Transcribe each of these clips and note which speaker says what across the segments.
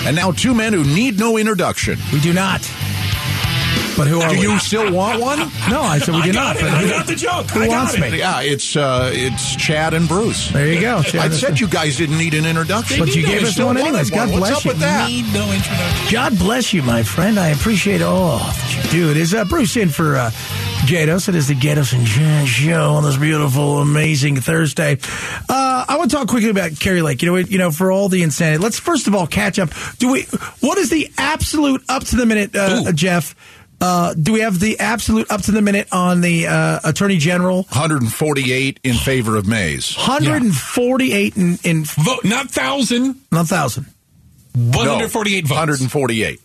Speaker 1: And now two men who need no introduction.
Speaker 2: We do not. But who are
Speaker 1: Do
Speaker 2: we?
Speaker 1: you still want one?
Speaker 2: No, I said we
Speaker 3: I
Speaker 2: do not.
Speaker 3: got it.
Speaker 2: but
Speaker 3: I
Speaker 2: who-
Speaker 3: got the joke.
Speaker 2: Who
Speaker 3: I got
Speaker 2: wants
Speaker 3: it.
Speaker 2: me?
Speaker 1: Yeah, it's uh, it's Chad and Bruce.
Speaker 2: There you go. Sharon,
Speaker 1: I
Speaker 2: that's
Speaker 1: said
Speaker 2: it.
Speaker 1: you guys didn't need an introduction.
Speaker 2: But you gave us
Speaker 1: still
Speaker 2: one
Speaker 1: wanted
Speaker 2: anyways. God
Speaker 1: What's
Speaker 2: bless
Speaker 1: up
Speaker 2: you.
Speaker 1: with that?
Speaker 3: Need no introduction.
Speaker 2: God bless you, my friend. I appreciate all that you do. It is uh, Bruce in for uh, Gatos. It is the Gatos and Jan show on this beautiful, amazing Thursday. Uh, I want to talk quickly about Kerry Lake. You know, you know, for all the insanity. Let's first of all catch up. Do we? What is the absolute up to the minute, uh, Jeff? Uh, do we have the absolute up to the minute on the uh, Attorney General?
Speaker 1: 148 in favor of Mays.
Speaker 2: 148 in, in
Speaker 3: Vote not thousand.
Speaker 2: not thousand.
Speaker 3: One
Speaker 1: No,
Speaker 3: hundred forty-eight votes.
Speaker 1: 148.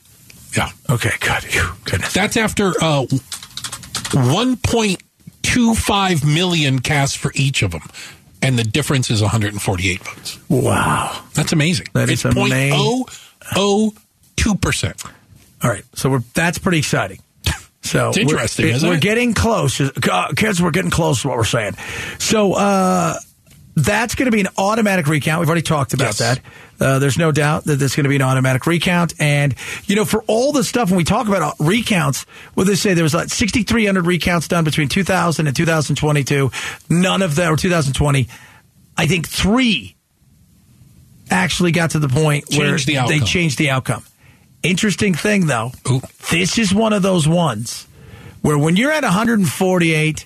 Speaker 3: Yeah,
Speaker 2: Okay, good. Phew, goodness.
Speaker 3: that's after uh, one point two five million cast for each of them, and the difference is one hundred and forty-eight votes.
Speaker 2: Wow.
Speaker 3: That's amazing.
Speaker 2: That
Speaker 3: it's
Speaker 2: is amazing.
Speaker 3: 0.002 percent.
Speaker 2: All right, so we're that's pretty exciting. So
Speaker 3: It's interesting,
Speaker 2: we're,
Speaker 3: isn't
Speaker 2: we're
Speaker 3: it?
Speaker 2: getting close, Uh, kids. We're getting close to what we're saying. So uh, that's going to be an automatic recount. We've already talked about
Speaker 3: Yes.
Speaker 2: that. Uh, there's no doubt that there's going to be an automatic recount. And you know, for all the stuff when we talk about uh, recounts, what they say there was like 6,300 recounts done between 2000 and 2022. None of them, or 2020, I think three actually got to the point where
Speaker 3: Changed the
Speaker 2: they
Speaker 3: outcome.
Speaker 2: changed the outcome. Interesting thing, though,
Speaker 3: Ooh.
Speaker 2: this is one of those ones where when you're at 148,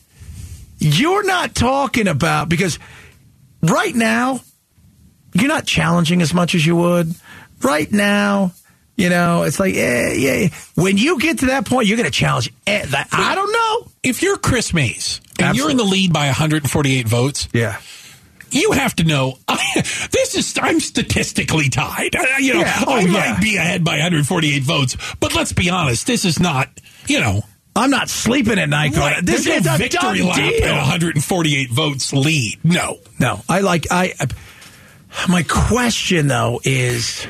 Speaker 2: you're not talking about because right now you're not challenging as much as you would. Right now, you know, it's like eh, yeah, yeah. When you get to that point, you're going to challenge. eh, that- I don't know.
Speaker 3: If you're Chris Mays and you're
Speaker 2: Absolutely.
Speaker 3: in the lead by 148 votes,
Speaker 2: Yeah.
Speaker 3: you have to know this is I'm statistically tied. I, you know,
Speaker 2: Yeah. Oh,
Speaker 3: I
Speaker 2: yeah.
Speaker 3: might be ahead by 148 votes, but let's be honest, this is not you know.
Speaker 2: I'm not sleeping at night. going,
Speaker 3: right,
Speaker 2: This
Speaker 3: there's
Speaker 2: is
Speaker 3: no
Speaker 2: a
Speaker 3: victory
Speaker 2: done
Speaker 3: lap
Speaker 2: deal.
Speaker 3: at 148 votes lead. No,
Speaker 2: No, I like I. I- My question though is,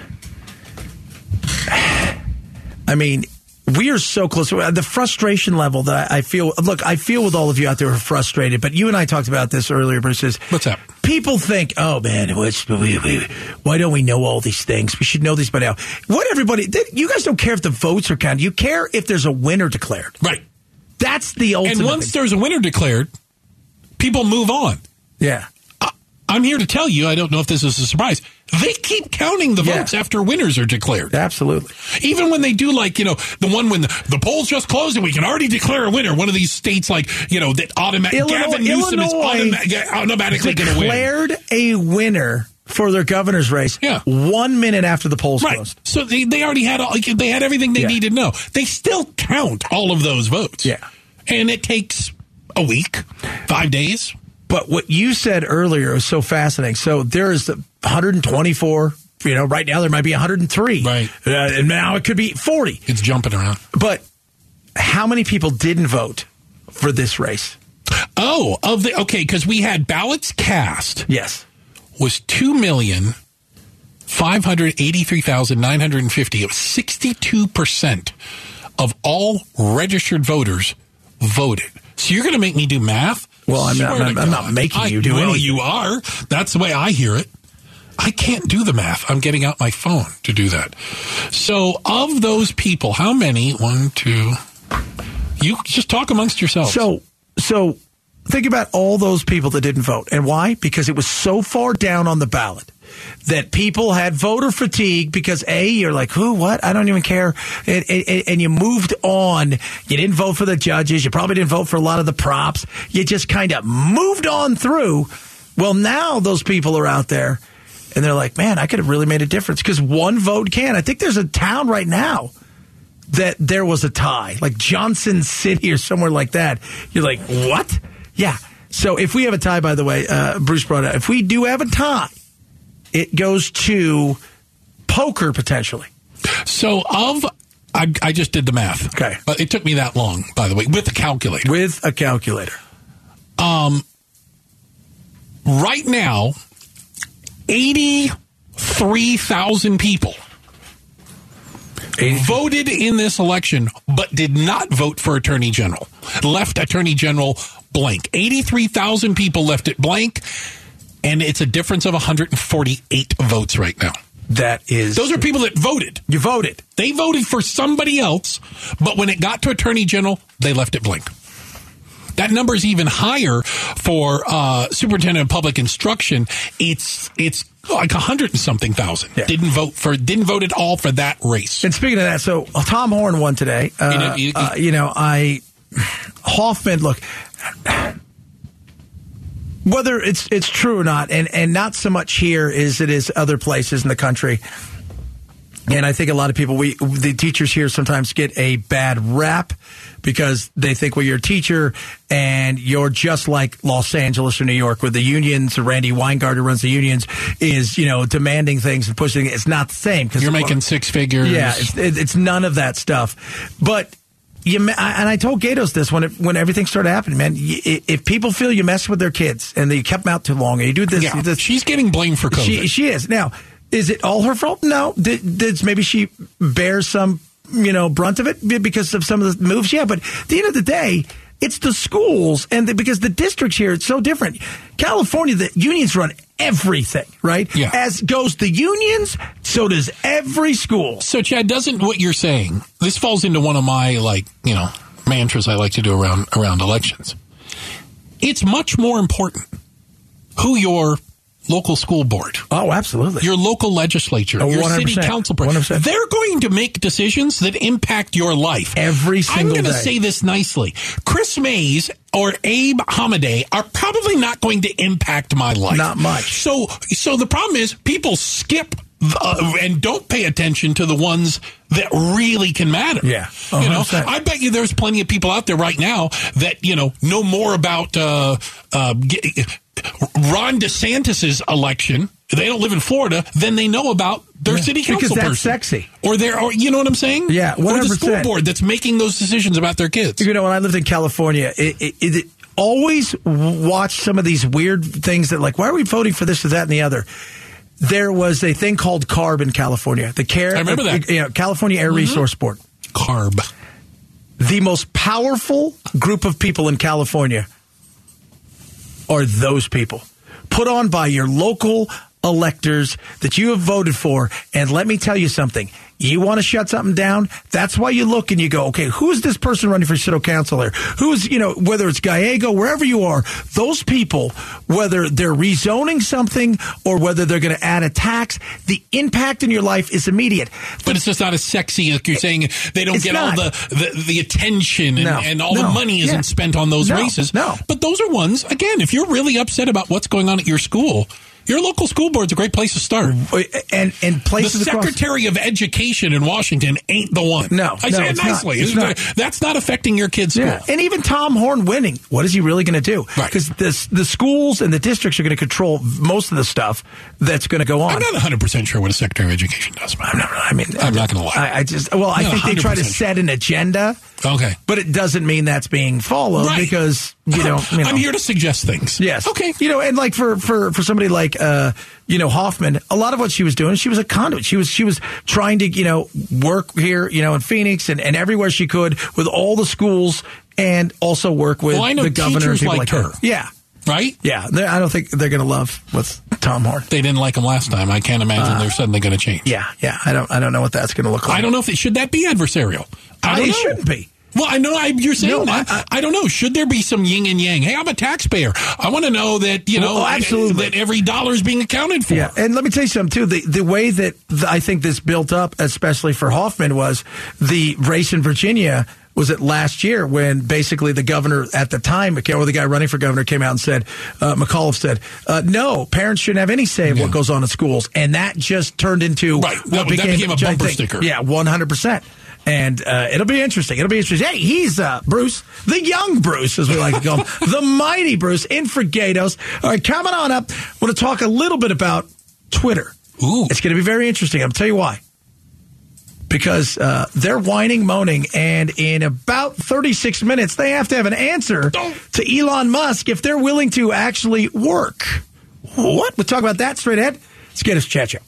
Speaker 2: I mean, we are so close. Uh, The frustration level that I I feel. Look, I feel with all of you out there who are frustrated. But you and I talked about this earlier, Bruce. is
Speaker 3: What's up?
Speaker 2: People think, oh man, what's, we, we, why don't we know all these things? We should know these by now. What everybody, th- you guys don't care if the votes are counted. You care if there's a winner declared.
Speaker 3: right.
Speaker 2: That's the ultimate.
Speaker 3: And once
Speaker 2: thing.
Speaker 3: there's a winner declared, people move on.
Speaker 2: yeah,
Speaker 3: I'm here to tell you, I don't know if this is a surprise. They keep counting the
Speaker 2: Yeah.
Speaker 3: votes after winners are declared.
Speaker 2: absolutely.
Speaker 3: Even when they do, like, you know, the one when the, the polls just closed and we can already declare a winner, one of these states, like, you know, that automatic
Speaker 2: Illinois-
Speaker 3: Gavin Newsom is
Speaker 2: Illinois
Speaker 3: automa- automatically going to win.
Speaker 2: declared a winner for their governor's race
Speaker 3: Yeah.
Speaker 2: one minute after the polls
Speaker 3: Right.
Speaker 2: closed.
Speaker 3: So they, they already had all, like, they had everything they
Speaker 2: Yeah.
Speaker 3: needed to know. They still count all of those votes.
Speaker 2: Yeah.
Speaker 3: And it takes a week, five days.
Speaker 2: But what you said earlier is so fascinating. So there is the 124. You know, right now there might be 103.
Speaker 3: Right.
Speaker 2: Uh, and now it could be 40.
Speaker 3: It's jumping around.
Speaker 2: But how many people didn't vote for this race?
Speaker 3: Oh, of the okay, because we had ballots cast
Speaker 2: Yes.
Speaker 3: was two million five hundred eighty three thousand nine hundred and fifty. It was sixty two percent of all registered voters voted. So you're going to make me do math?
Speaker 2: Well, I'm not-
Speaker 3: Swear
Speaker 2: I'm-
Speaker 3: to
Speaker 2: I'm not
Speaker 3: God.
Speaker 2: making
Speaker 3: I-
Speaker 2: you do
Speaker 3: well,
Speaker 2: anything.
Speaker 3: you are. That's the way I hear it. I can't do the math. I'm getting out my phone to do that. So, of those people, how many? One, two. You just talk amongst yourselves.
Speaker 2: So, so think about all those people that didn't vote and why? Because it was so far down on the ballot that people had voter fatigue because a you're like who what I don't even care and, and, and you moved on. You didn't vote for the judges. You probably didn't vote for a lot of the props. You just kind of moved on through. Well, now those people are out there. And they're like, man, I could have really made a difference because one vote can. I think there's a town right now that there was a tie, like Johnson City or somewhere like that. You're like, what? Yeah. So if we have a tie, by the way, uh, Bruce brought it. up, If we do have a tie, it goes to poker potentially.
Speaker 3: So of I, I just did the math.
Speaker 2: Okay.
Speaker 3: But it took me that long, by the way, with the calculator.
Speaker 2: with a calculator.
Speaker 3: Right now, eighty three thousand people voted in this election but did not vote for attorney general. Left attorney general blank. Eighty three thousand people left it blank, and it's a difference of one hundred and forty eight votes right now.
Speaker 2: That is,
Speaker 3: Those are people that voted.
Speaker 2: you voted.
Speaker 3: They voted for somebody else, but when it got to attorney general, they left it blank. That number is even higher for uh, superintendent of public instruction. It's it's like a hundred and something thousand
Speaker 2: Yeah.
Speaker 3: didn't vote for didn't vote at all for that race.
Speaker 2: And speaking of that, so uh, Tom Horn won today. Uh,
Speaker 3: know, you-
Speaker 2: uh, you know, I Hoffman. Look, whether it's it's true or not, and and not so much here as it is other places in the country. And I think a lot of people, we the teachers here sometimes get a bad rap because they think, well, you're a teacher and you're just like Los Angeles or New York, where the unions, Randy Weingarten runs the unions, is you know demanding things and pushing. It's not the same because
Speaker 3: You're making six figures.
Speaker 2: yeah, it's, it- it's none of that stuff. But you me- I- and I told Gatos this when it, when everything started happening, man. y- i- If people feel you mess with their kids and they kept them out too long, and you do this,
Speaker 3: yeah.
Speaker 2: this
Speaker 3: She's getting blamed for COVID.
Speaker 2: she she is now. Is it all her fault? No. Did, did maybe she bears some you know brunt of it be- because of some of the moves? Yeah, but at the end of the day. It's the schools, and the, because the districts here, it's so different. California, the unions run everything, right?
Speaker 3: Yeah.
Speaker 2: As goes the unions, so does every school.
Speaker 3: So, Chad, doesn't what you're saying? This falls into one of my like you know mantras I like to do around around elections. It's much more important who your local school board,
Speaker 2: Oh, absolutely.
Speaker 3: your local legislature,
Speaker 2: Oh,
Speaker 3: your city
Speaker 2: 100%,
Speaker 3: council, pre-
Speaker 2: 100%.
Speaker 3: they're going to make decisions that impact your life
Speaker 2: Every single
Speaker 3: I'm going
Speaker 2: day.
Speaker 3: to say this nicely. Chris Mays or Abe Hamaday are probably not going to impact my life.
Speaker 2: Not much.
Speaker 3: So, so the problem is people skip uh, and don't pay attention to the ones that really can matter.
Speaker 2: Yeah.
Speaker 3: you know,
Speaker 2: 100%.
Speaker 3: I bet you there's plenty of people out there right now that you know know more about uh, uh, g- Ron DeSantis's election. They don't live in Florida, than they know about their
Speaker 2: Yeah,
Speaker 3: city council
Speaker 2: because that's
Speaker 3: person.
Speaker 2: sexy.
Speaker 3: or their, or you know what I'm saying?
Speaker 2: Yeah,
Speaker 3: or
Speaker 2: 100%.
Speaker 3: the school board that's making those decisions about their kids.
Speaker 2: you know, when I lived in California, it, it, it, always watch some of these weird things that, like, why are we voting for this or that and the other? There was a thing called CARB in California, the Care,
Speaker 3: I remember that. Mm-hmm.
Speaker 2: you know, California Air Resource Board.
Speaker 3: Carb.
Speaker 2: The most powerful group of people in California are those people put on by your local electors that you have voted for. And let me tell you something. You want to shut something down? That's why you look and you go, okay, who is this person running for city council here? Who's, you know, whether it's Gallego, wherever you are, those people, whether they're rezoning something or whether they're going to add a tax, the impact in your life is immediate.
Speaker 3: But it's just not as sexy like you're saying. They don't
Speaker 2: It's
Speaker 3: get all
Speaker 2: not.
Speaker 3: the, the, the attention and,
Speaker 2: No,
Speaker 3: and all
Speaker 2: no,
Speaker 3: the money isn't
Speaker 2: yeah.
Speaker 3: spent on those
Speaker 2: No,
Speaker 3: races.
Speaker 2: no.
Speaker 3: But those are ones, again, if you're really upset about what's going on at your school, your local school board's a great place to start.
Speaker 2: And, and
Speaker 3: The
Speaker 2: places across.
Speaker 3: Secretary of Education in Washington ain't the one.
Speaker 2: No,
Speaker 3: I
Speaker 2: no,
Speaker 3: say it
Speaker 2: it's not.
Speaker 3: nicely.
Speaker 2: It's
Speaker 3: Isn't
Speaker 2: not.
Speaker 3: there- That's not affecting your kid's school.
Speaker 2: Yeah. And even Tom Horn winning, what is he really going to do?
Speaker 3: Right.
Speaker 2: Because the the schools and the districts are going to control most of the stuff that's going to go on.
Speaker 3: I'm not 100% sure what a Secretary of Education does.
Speaker 2: I'm not- I mean,
Speaker 3: I'm not gonna lie.
Speaker 2: I, I just well, I
Speaker 3: No,
Speaker 2: think they try to
Speaker 3: 100%.
Speaker 2: set an agenda,
Speaker 3: Okay.
Speaker 2: but it doesn't mean that's being followed
Speaker 3: Right.
Speaker 2: because you know, you know
Speaker 3: I'm here to suggest things.
Speaker 2: Yes.
Speaker 3: Okay.
Speaker 2: You know, and like for for for somebody like uh, you know, Hoffman, a lot of what she was doing, she was a conduit. She was she was trying to, you know, work here, you know, in Phoenix and, and everywhere she could with all the schools and also work with
Speaker 3: Well, I know
Speaker 2: the governor and
Speaker 3: teachers
Speaker 2: people like
Speaker 3: liked
Speaker 2: her.
Speaker 3: her.
Speaker 2: Yeah.
Speaker 3: Right?
Speaker 2: Yeah. They're- I don't think they're going to love what's Tom Horn.
Speaker 3: They didn't like him last time. I can't imagine
Speaker 2: Ah.
Speaker 3: they're suddenly going to change.
Speaker 2: Yeah. Yeah. I don't I don't know what that's going to look like.
Speaker 3: I don't know if it should that be adversarial. I
Speaker 2: I-
Speaker 3: don't
Speaker 2: it
Speaker 3: know.
Speaker 2: shouldn't be.
Speaker 3: Well, I know I, you're saying
Speaker 2: No,
Speaker 3: that.
Speaker 2: I-
Speaker 3: I, don't know. Should there be some yin and yang? Hey, I'm a taxpayer. I want to know that you know
Speaker 2: Well, absolutely.
Speaker 3: that every dollar is being accounted for.
Speaker 2: Yeah, and let me tell you something too. The the way that th I think this built up, especially for Hoffman, was the race in Virginia. Was it last year when basically the governor at the time, or the guy running for governor, came out and said, uh, McAuliffe said, uh, no, parents shouldn't have any say in what goes on in schools, and that just turned into
Speaker 3: Right.
Speaker 2: what
Speaker 3: That- that became a
Speaker 2: giant
Speaker 3: bumper
Speaker 2: thing.
Speaker 3: sticker.
Speaker 2: Yeah, one hundred percent. And uh, it'll be interesting. It'll be interesting. Hey, he's uh, Bruce, the young Bruce, as we like to call him, the mighty Bruce, in for Gatos. All right, coming on up, I want to talk a little bit about Twitter.
Speaker 3: Ooh.
Speaker 2: It's going to be very interesting. I'll tell you why. Because uh, they're whining, moaning, and in about 36 minutes, they have to have an answer to Elon Musk if they're willing to actually work. What? We'll talk about that straight ahead. Let's get us chat show.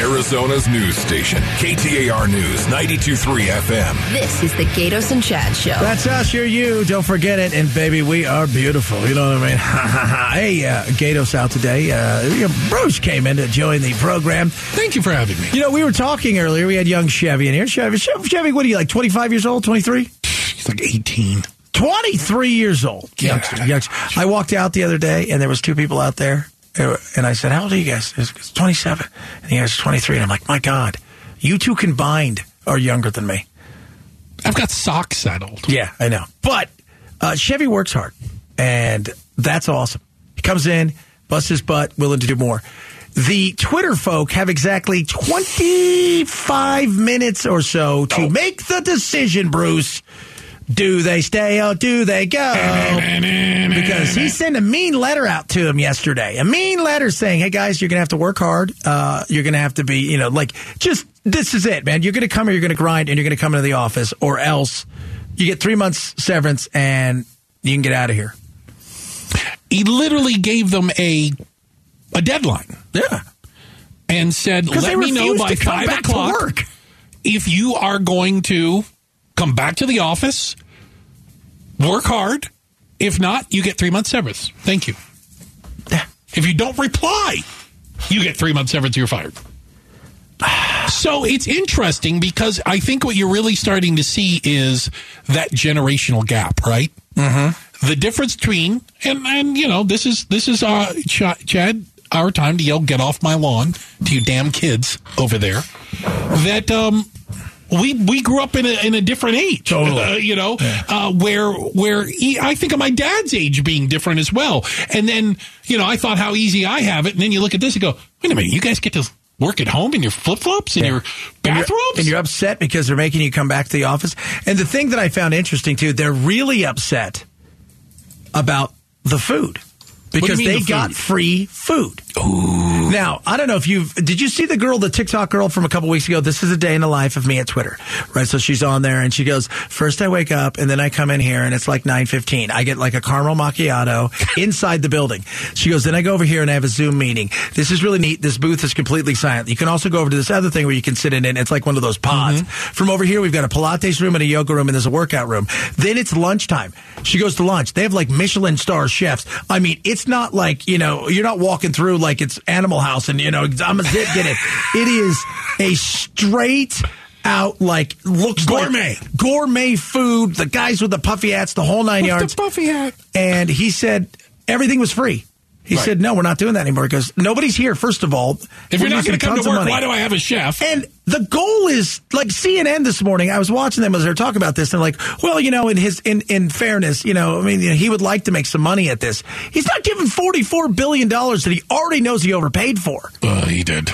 Speaker 4: Arizona's news station, KTAR News 92.3 FM.
Speaker 5: This is the Gatos and Chad Show.
Speaker 2: That's us. You're you. Don't forget it. And baby, we are beautiful. You know what I mean? hey, uh, Gatos out today. Uh, you know, Bruce came in to join the program.
Speaker 3: Thank you for having me.
Speaker 2: You know, we were talking earlier. We had young Chevy in here. Chevy, Chevy, Chevy what are you like? 25 years old? 23?
Speaker 3: He's like 18.
Speaker 2: 23 years old.
Speaker 3: Yeah.
Speaker 2: Youngster, youngster. I walked out the other day and there was two people out there. They were- And I said, how old are you guys? It's 27. And the guy's 23. And I'm like, my God, you two combined are younger than me.
Speaker 3: I've got socks settled.
Speaker 2: Yeah, I know. But uh, Chevy works hard, and that's awesome. He comes in, busts his butt, willing to do more. The Twitter folk have exactly 25 minutes or so to make the decision, Bruce. Do they stay or do they go? because he sent a mean letter out to him yesterday. A mean letter saying, "Hey guys, you're gonna have to work hard. Uh, you're gonna have to be, you know, like just this is it, man. You're gonna come here, you're gonna grind, and you're gonna come into the office, or else you get three months severance and you can get out of here."
Speaker 3: He literally gave them a a deadline
Speaker 2: Yeah,
Speaker 3: and said,
Speaker 2: because they
Speaker 3: "Let me
Speaker 2: refuse
Speaker 3: know by
Speaker 2: to come
Speaker 3: five
Speaker 2: back
Speaker 3: o'clock
Speaker 2: to work.
Speaker 3: if you are going to come back to the office, work hard. If not, you get three months severance. Thank you.
Speaker 2: Yeah.
Speaker 3: If you don't reply, you get three months severance. You're fired. So it's interesting because I think what you're really starting to see is that generational gap, right? Mm-hmm. The difference between and and you know this is this is uh, Ch- Chad our time to yell get off my lawn to you damn kids over there that um we we grew up in a in a different age,
Speaker 2: Totally.
Speaker 3: Uh, you know, uh, where where he, I think of my dad's age being different as well. And then you know, I thought how easy I have it, and then you look at this and go, wait a minute, you guys get to work at home in your flip flops and your
Speaker 2: And you're-
Speaker 3: bathrobes.
Speaker 2: And you're upset because they're making you come back to the office. And the thing that I found interesting too, they're really upset about the food
Speaker 3: do you
Speaker 2: because
Speaker 3: mean
Speaker 2: they
Speaker 3: the
Speaker 2: got
Speaker 3: food?
Speaker 2: free food. Now, I don't know if you've did you see the girl, the TikTok girl from a couple weeks ago? This is a day in the life of me at Twitter. Right? So she's on there and she goes, First I wake up and then I come in here and it's like nine fifteen. I get like a caramel macchiato inside the building. She goes, Then I go over here and I have a Zoom meeting. This is really neat. This booth is completely silent. You can also go over to this other thing where you can sit in it. It's like one of those pods.
Speaker 3: Mm-hmm.
Speaker 2: From over here, we've got a Pilates room and a yoga room and there's a workout room. Then it's lunchtime. She goes to lunch. They have like Michelin star chefs. I mean, it's not like, you know, you're not walking through like it's Animal House and, you know, I'm a zip, get it. It is a straight out like looks
Speaker 3: Gourmet.
Speaker 2: like gourmet food. The guys with the puffy hats, the whole nine yards.
Speaker 3: puffy hat.
Speaker 2: And he said everything was free. He
Speaker 3: Right.
Speaker 2: said, "No, we're not doing that anymore." Because nobody's here. First of all,
Speaker 3: If
Speaker 2: we're
Speaker 3: you're not
Speaker 2: using
Speaker 3: going to come
Speaker 2: tons
Speaker 3: to
Speaker 2: of
Speaker 3: work,
Speaker 2: money.
Speaker 3: why do I have a chef?
Speaker 2: And the goal is like CNN this morning. I was watching them as they were talking about this, and like, well, you know, in his in in fairness, you know, I mean, you know, he would like to make some money at this. He's not giving forty four billion dollars that he already knows he overpaid for
Speaker 3: Uh, he did.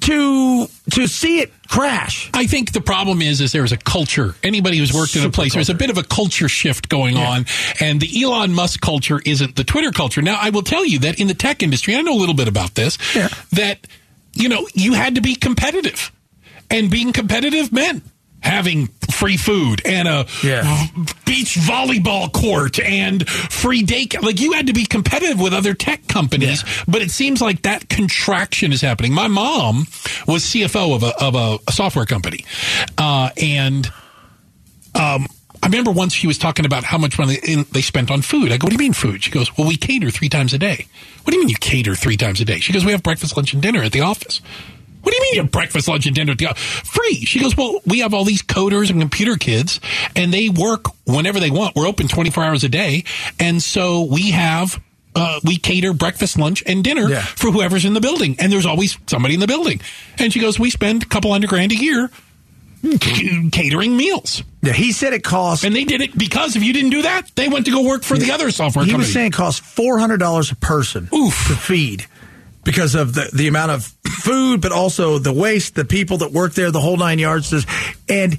Speaker 2: to to see it crash.
Speaker 3: I think the problem is is there's a culture. Anybody who's worked in a
Speaker 2: Super
Speaker 3: place, there's a
Speaker 2: culture.
Speaker 3: bit of a culture shift going on, and the Elon Musk culture isn't the Twitter culture. Now, I will tell you that in the tech industry, I know a little bit about this.
Speaker 2: Yeah.
Speaker 3: That you know you had to be competitive, and being competitive meant having free food and a
Speaker 2: Yeah.
Speaker 3: v- beach volleyball court and free day ca- like you had to be competitive with other tech companies but it seems like that contraction is happening my mom was cfo of a, of a, a software company uh, and um, i remember once she was talking about how much money in- they spent on food i go what do you mean food she goes well we cater three times a day what do you mean you cater three times a day she goes we have breakfast lunch and dinner at the office what do you mean you have breakfast, lunch, and dinner at the office? Free. She goes, Well, we have all these coders and computer kids, and they work whenever they want. We're open 24 hours a day. And so we have, uh, we cater breakfast, lunch, and dinner
Speaker 2: Yeah.
Speaker 3: for whoever's in the building. And there's always somebody in the building. And she goes, We spend a couple hundred grand a year catering meals.
Speaker 2: Yeah, he said it cost.
Speaker 3: And they did it because if you didn't do that, they went to go work for the other software
Speaker 2: he
Speaker 3: company.
Speaker 2: was saying it cost four hundred dollars a person
Speaker 3: Oof.
Speaker 2: to feed because of the, the amount of food, but also the waste, the people that work there, the whole nine yards. This- And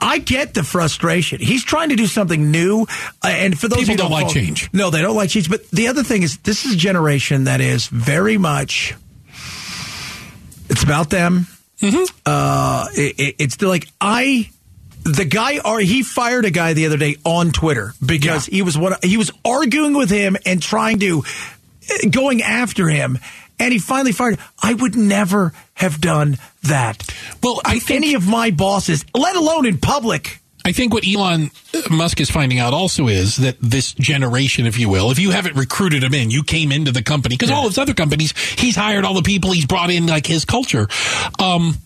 Speaker 2: I get the frustration. He's trying to do something new, uh, and for those
Speaker 3: People
Speaker 2: who
Speaker 3: don't like
Speaker 2: follow-
Speaker 3: change.
Speaker 2: no, they don't like change. But the other thing is, this is a generation that is very much. It's about them.
Speaker 3: Mm-hmm.
Speaker 2: Uh, it, it, it's like I, the guy, or he fired a guy the other day on Twitter because he was what he was arguing with him and trying to going after him, and he finally fired. I would never have done that.
Speaker 3: Well, I
Speaker 2: To
Speaker 3: think-
Speaker 2: any of my bosses, let alone in public.
Speaker 3: I think what Elon Musk is finding out also is that this generation, if you will, if you haven't recruited him in, you came into the company because all his other companies, he's hired all the people, he's brought in like his culture. Um,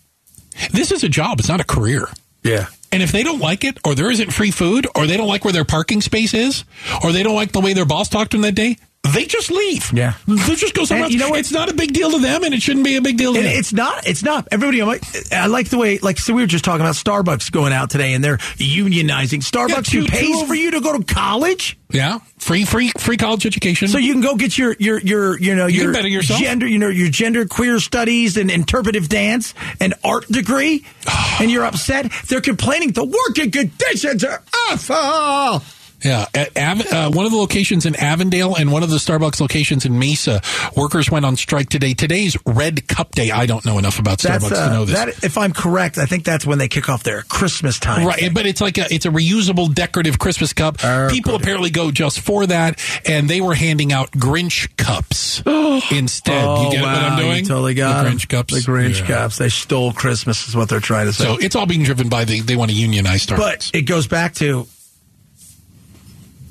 Speaker 3: this is a job; it's not a career.
Speaker 2: Yeah.
Speaker 3: And if they don't like it, or there isn't free food, or they don't like where their parking space is, or they don't like the way their boss talked to them that day, they just leave.
Speaker 2: Yeah.
Speaker 3: they just go
Speaker 2: And
Speaker 3: somewhere else.
Speaker 2: you know what?
Speaker 3: It's not a big deal to them, and it shouldn't be a big deal to
Speaker 2: And
Speaker 3: them.
Speaker 2: it's not. It's not. Everybody, I'm like, I like the way. Like, so we were just talking about Starbucks going out today, and they're unionizing. Starbucks
Speaker 3: two-
Speaker 2: who pays
Speaker 3: two of-
Speaker 2: for you to go to college,
Speaker 3: Yeah, free, free, free college education.
Speaker 2: so you can go get your your your you know
Speaker 3: You can
Speaker 2: your
Speaker 3: better yourself.
Speaker 2: gender you know your gender queer studies and interpretive dance and art degree, and you're upset. They're complaining the working conditions are awful.
Speaker 3: Yeah, at Av- uh, one of the locations in Avondale and one of the Starbucks locations in Mesa, workers went on strike today. Today's Red Cup Day. I don't know enough about Starbucks
Speaker 2: uh,
Speaker 3: to know this.
Speaker 2: that. If I'm correct, I think that's when they kick off their Christmas time.
Speaker 3: Right, but it's like a it's a reusable decorative Christmas cup.
Speaker 2: Oh,
Speaker 3: People apparently go just for that, and they were handing out Grinch cups instead. you get what I'm
Speaker 2: Oh, you
Speaker 3: doing?
Speaker 2: totally got
Speaker 3: the
Speaker 2: 'em.
Speaker 3: Grinch cups.
Speaker 2: The Grinch
Speaker 3: Yeah.
Speaker 2: cups. They stole Christmas, is what they're trying to say.
Speaker 3: So it's all being driven by the they want to unionize Starbucks.
Speaker 2: but it goes back to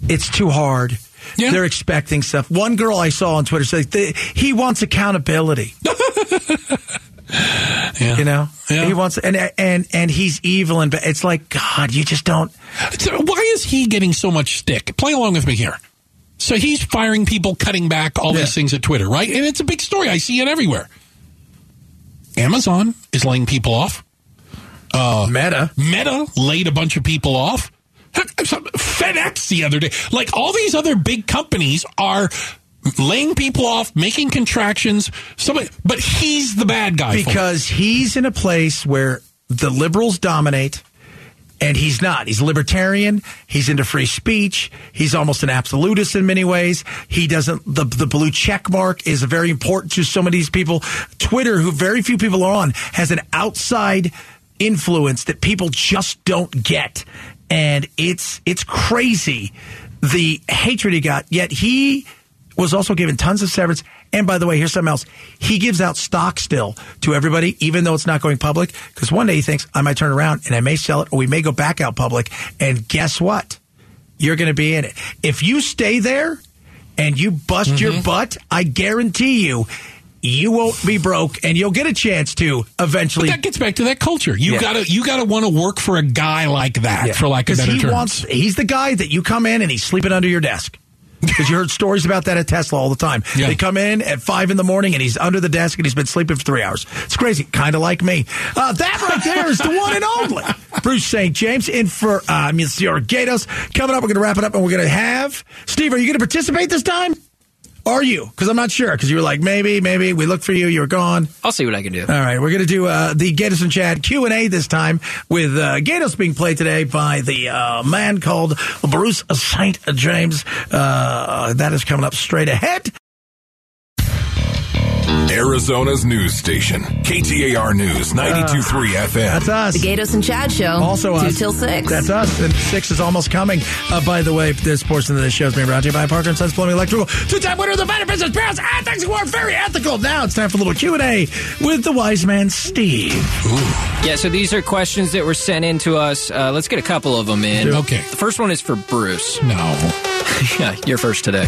Speaker 2: it's too hard.
Speaker 3: Yeah.
Speaker 2: They're expecting stuff. One girl I saw on Twitter said "Th- he wants accountability.
Speaker 3: Yeah.
Speaker 2: You know,
Speaker 3: Yeah.
Speaker 2: he wants and and and he's evil and ba- it's like God. You just don't.
Speaker 3: So why is he getting so much stick? Play along with me here. So he's firing people, cutting back all
Speaker 2: Yeah.
Speaker 3: these things at Twitter, right? And it's a big story. I see it everywhere. Amazon is laying people off. Oh.
Speaker 2: Meta.
Speaker 3: Meta laid a bunch of people off. Heck, FedEx the other day. Like all these other big companies are laying people off, making contractions. Somebody, but he's the bad guy. for it.
Speaker 2: because he's in a place where the liberals dominate and he's not he's libertarian he's into free speech he's almost an absolutist in many ways he doesn't the, the blue check mark is very important to some of these people twitter who very few people are on has an outside influence that people just don't get and it's it's crazy the hatred he got yet he was also given tons of severance. And by the way, here's something else. He gives out stock still to everybody, even though it's not going public, because one day he thinks, I might turn around and I may sell it or we may go back out public. And guess what? You're going to be in it. If you stay there and you bust your butt, I guarantee you, you won't be broke and you'll get a chance to eventually.
Speaker 3: that gets back to that culture. You
Speaker 2: Yeah.
Speaker 3: gotta you gotta want to work for a guy like that,
Speaker 2: Yeah.
Speaker 3: for lack of
Speaker 2: 'Cause
Speaker 3: better
Speaker 2: he
Speaker 3: terms.
Speaker 2: wants- he's the guy that you come in and he's sleeping under your desk. Because you heard stories about that at Tesla all the time.
Speaker 3: Yeah.
Speaker 2: They come in at five in the morning and he's under the desk and he's been sleeping for three hours. It's crazy, kind of like me. Uh, that right there is the one and only Bruce St. James in for uh, Monsieur Gatos. Coming up, we're going to wrap it up and we're going to have Steve. Are you going to participate this time? Are you? Because I'm not sure. Because you were like maybe, maybe we looked for you, you were gone.
Speaker 6: I'll see what I can do.
Speaker 2: All right, we're going to do uh, the Gatos and Chad Q and A this time with uh, Gatos being played today by the uh, man called Bruce Saint James. Uh, that is coming up straight ahead.
Speaker 4: Arizona's news station. KTAR News 923
Speaker 2: That's
Speaker 4: FM.
Speaker 2: us.
Speaker 5: The Gatos and Chad Show.
Speaker 2: also
Speaker 5: two
Speaker 2: us.
Speaker 5: till six.
Speaker 2: That's us. And six is almost coming. Uh, by the way, this portion of the show is being brought to you by Parker and Sons Plumbing Electrical. Two-time winner of the Better Business Parents Ethics Award. Very ethical. Now it's time for a little Q and A with the wise man Steve.
Speaker 6: Yeah, so these are questions that were sent in to us. Uh, let's get a couple of them in.
Speaker 3: Okay.
Speaker 6: The first one is for Bruce.
Speaker 3: no.
Speaker 6: yeah, you're first today.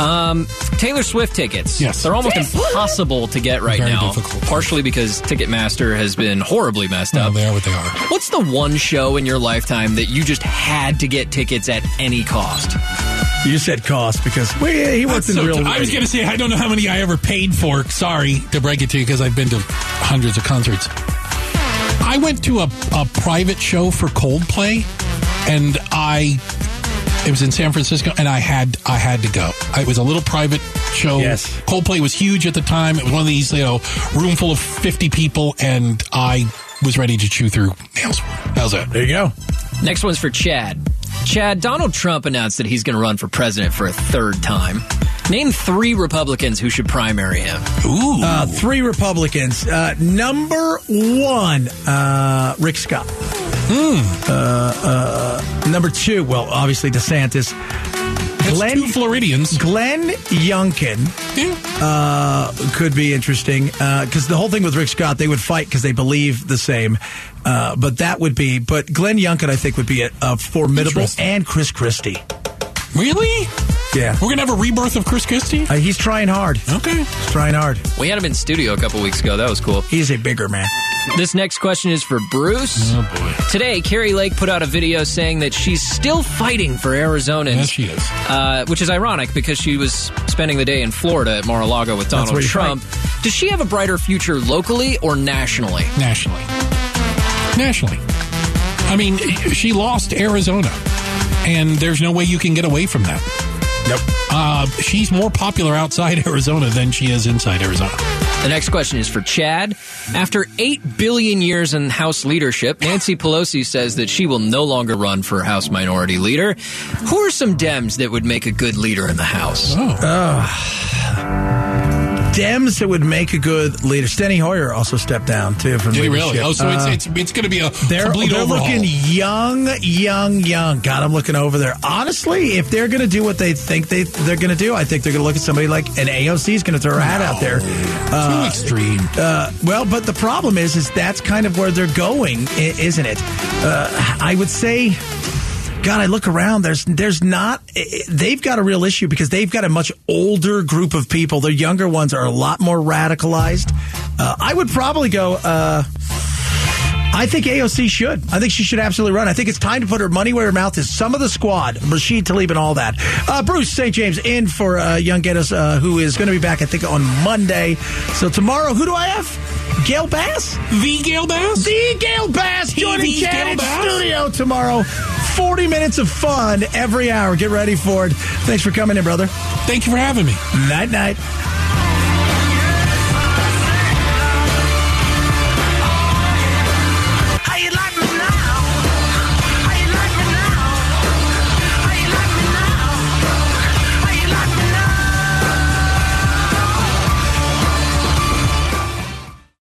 Speaker 6: Um, Taylor Swift tickets.
Speaker 3: Yes.
Speaker 6: They're almost impossible to get right
Speaker 3: Very
Speaker 6: now.
Speaker 3: difficult.
Speaker 6: Partially because Ticketmaster has been horribly messed
Speaker 3: No,
Speaker 6: up.
Speaker 3: they are what they are.
Speaker 6: What's the one show in your lifetime that you just had to get tickets at any cost?
Speaker 2: You said cost because well, yeah, he worked in
Speaker 3: So,
Speaker 2: real.
Speaker 3: I was going to say I don't know how many I ever paid for. Sorry to break it to you because I've been to hundreds of concerts. I went to a, a private show for Coldplay, and I it was in San Francisco, and I had I had to go. It was a little private show.
Speaker 2: Yes.
Speaker 3: Coldplay was huge at the time. It was one of these you know room full of fifty people, and I was ready to chew through nails. How's that?
Speaker 2: there you go.
Speaker 6: Next one's for Chad. Chad, Donald Trump announced that he's going to run for president for a third time. Name three Republicans who should primary him.
Speaker 3: Ooh,
Speaker 2: Uh, three Republicans. Uh, number one, uh, Rick Scott.
Speaker 3: Hmm.
Speaker 2: Uh, uh, number two, well, obviously DeSantis.
Speaker 3: That's
Speaker 2: Glenn-
Speaker 3: two Floridians.
Speaker 2: Glenn Youngkin
Speaker 3: Yeah.
Speaker 2: uh, could be interesting because the whole thing with Rick Scott, they would fight because they believe the same. Uh, but that would be, but Glenn Youngkin, I think, would be a, a formidable
Speaker 3: Interesting.
Speaker 2: and Chris Christie.
Speaker 3: Really?
Speaker 2: Yeah.
Speaker 3: We're gonna have a rebirth of Chris Christie.
Speaker 2: Uh, he's trying hard.
Speaker 3: Okay.
Speaker 2: He's trying hard.
Speaker 6: We had him in studio a couple weeks ago. That was cool.
Speaker 2: He's a bigger man.
Speaker 6: This next question is for Bruce.
Speaker 3: Oh boy.
Speaker 6: Today, Carrie Lake put out a video saying that she's still fighting for Arizonans.
Speaker 3: Yes, she is.
Speaker 6: Uh, which is ironic because she was spending the day in Florida at Mar-a-Lago with Donald
Speaker 2: where you
Speaker 6: Trump. Does she have a brighter future locally or nationally?
Speaker 3: nationally. Nationally. I mean, she lost Arizona, and there's no way you can get away from that.
Speaker 2: Nope.
Speaker 3: Uh, she's more popular outside Arizona than she is inside Arizona.
Speaker 6: The next question is for Chad. After 8 billion years in House leadership, Nancy Pelosi says that she will no longer run for House Minority Leader. Who are some Dems that would make a good leader in the House?
Speaker 2: Oh, Dems that would make a good leader. Steny Hoyer also stepped down too from
Speaker 3: Did he
Speaker 2: leadership.
Speaker 3: really? Oh, so
Speaker 2: Uh,
Speaker 3: it's it's, it's going to be a
Speaker 2: they're,
Speaker 3: complete
Speaker 2: they're
Speaker 3: overhaul.
Speaker 2: looking young, young, young. God, I'm looking over there. Honestly, if they're going to do what they think they they're going to do, I think they're going to look at somebody like an AOC is going to throw her hat out there.
Speaker 3: Too extreme.
Speaker 2: Uh, well, but the problem is, is that's kind of where they're going, i- isn't it? Uh, I would say. God, I look around. There's, there's not. i- i- They've got a real issue because they've got a much older group of people. Their younger ones are a lot more radicalized. Uh, I would probably go. Uh, I think AOC should. I think she should absolutely run. I think it's time to put her money where her mouth is. Some of the squad, Rashid Tlaib and all that. Uh, Bruce St. James in for uh, Young Geddes, uh, who is going to be back, I think, on Monday. So tomorrow, who do I have? Gail Bass?
Speaker 3: the Gale Bass.
Speaker 2: The Gail Bass joining
Speaker 3: the Gail
Speaker 2: Chad in
Speaker 3: Bass?
Speaker 2: studio tomorrow. 40 minutes of fun every hour. Get ready for it. Thanks for coming in, brother.
Speaker 3: Thank you for having me.
Speaker 2: Night, night.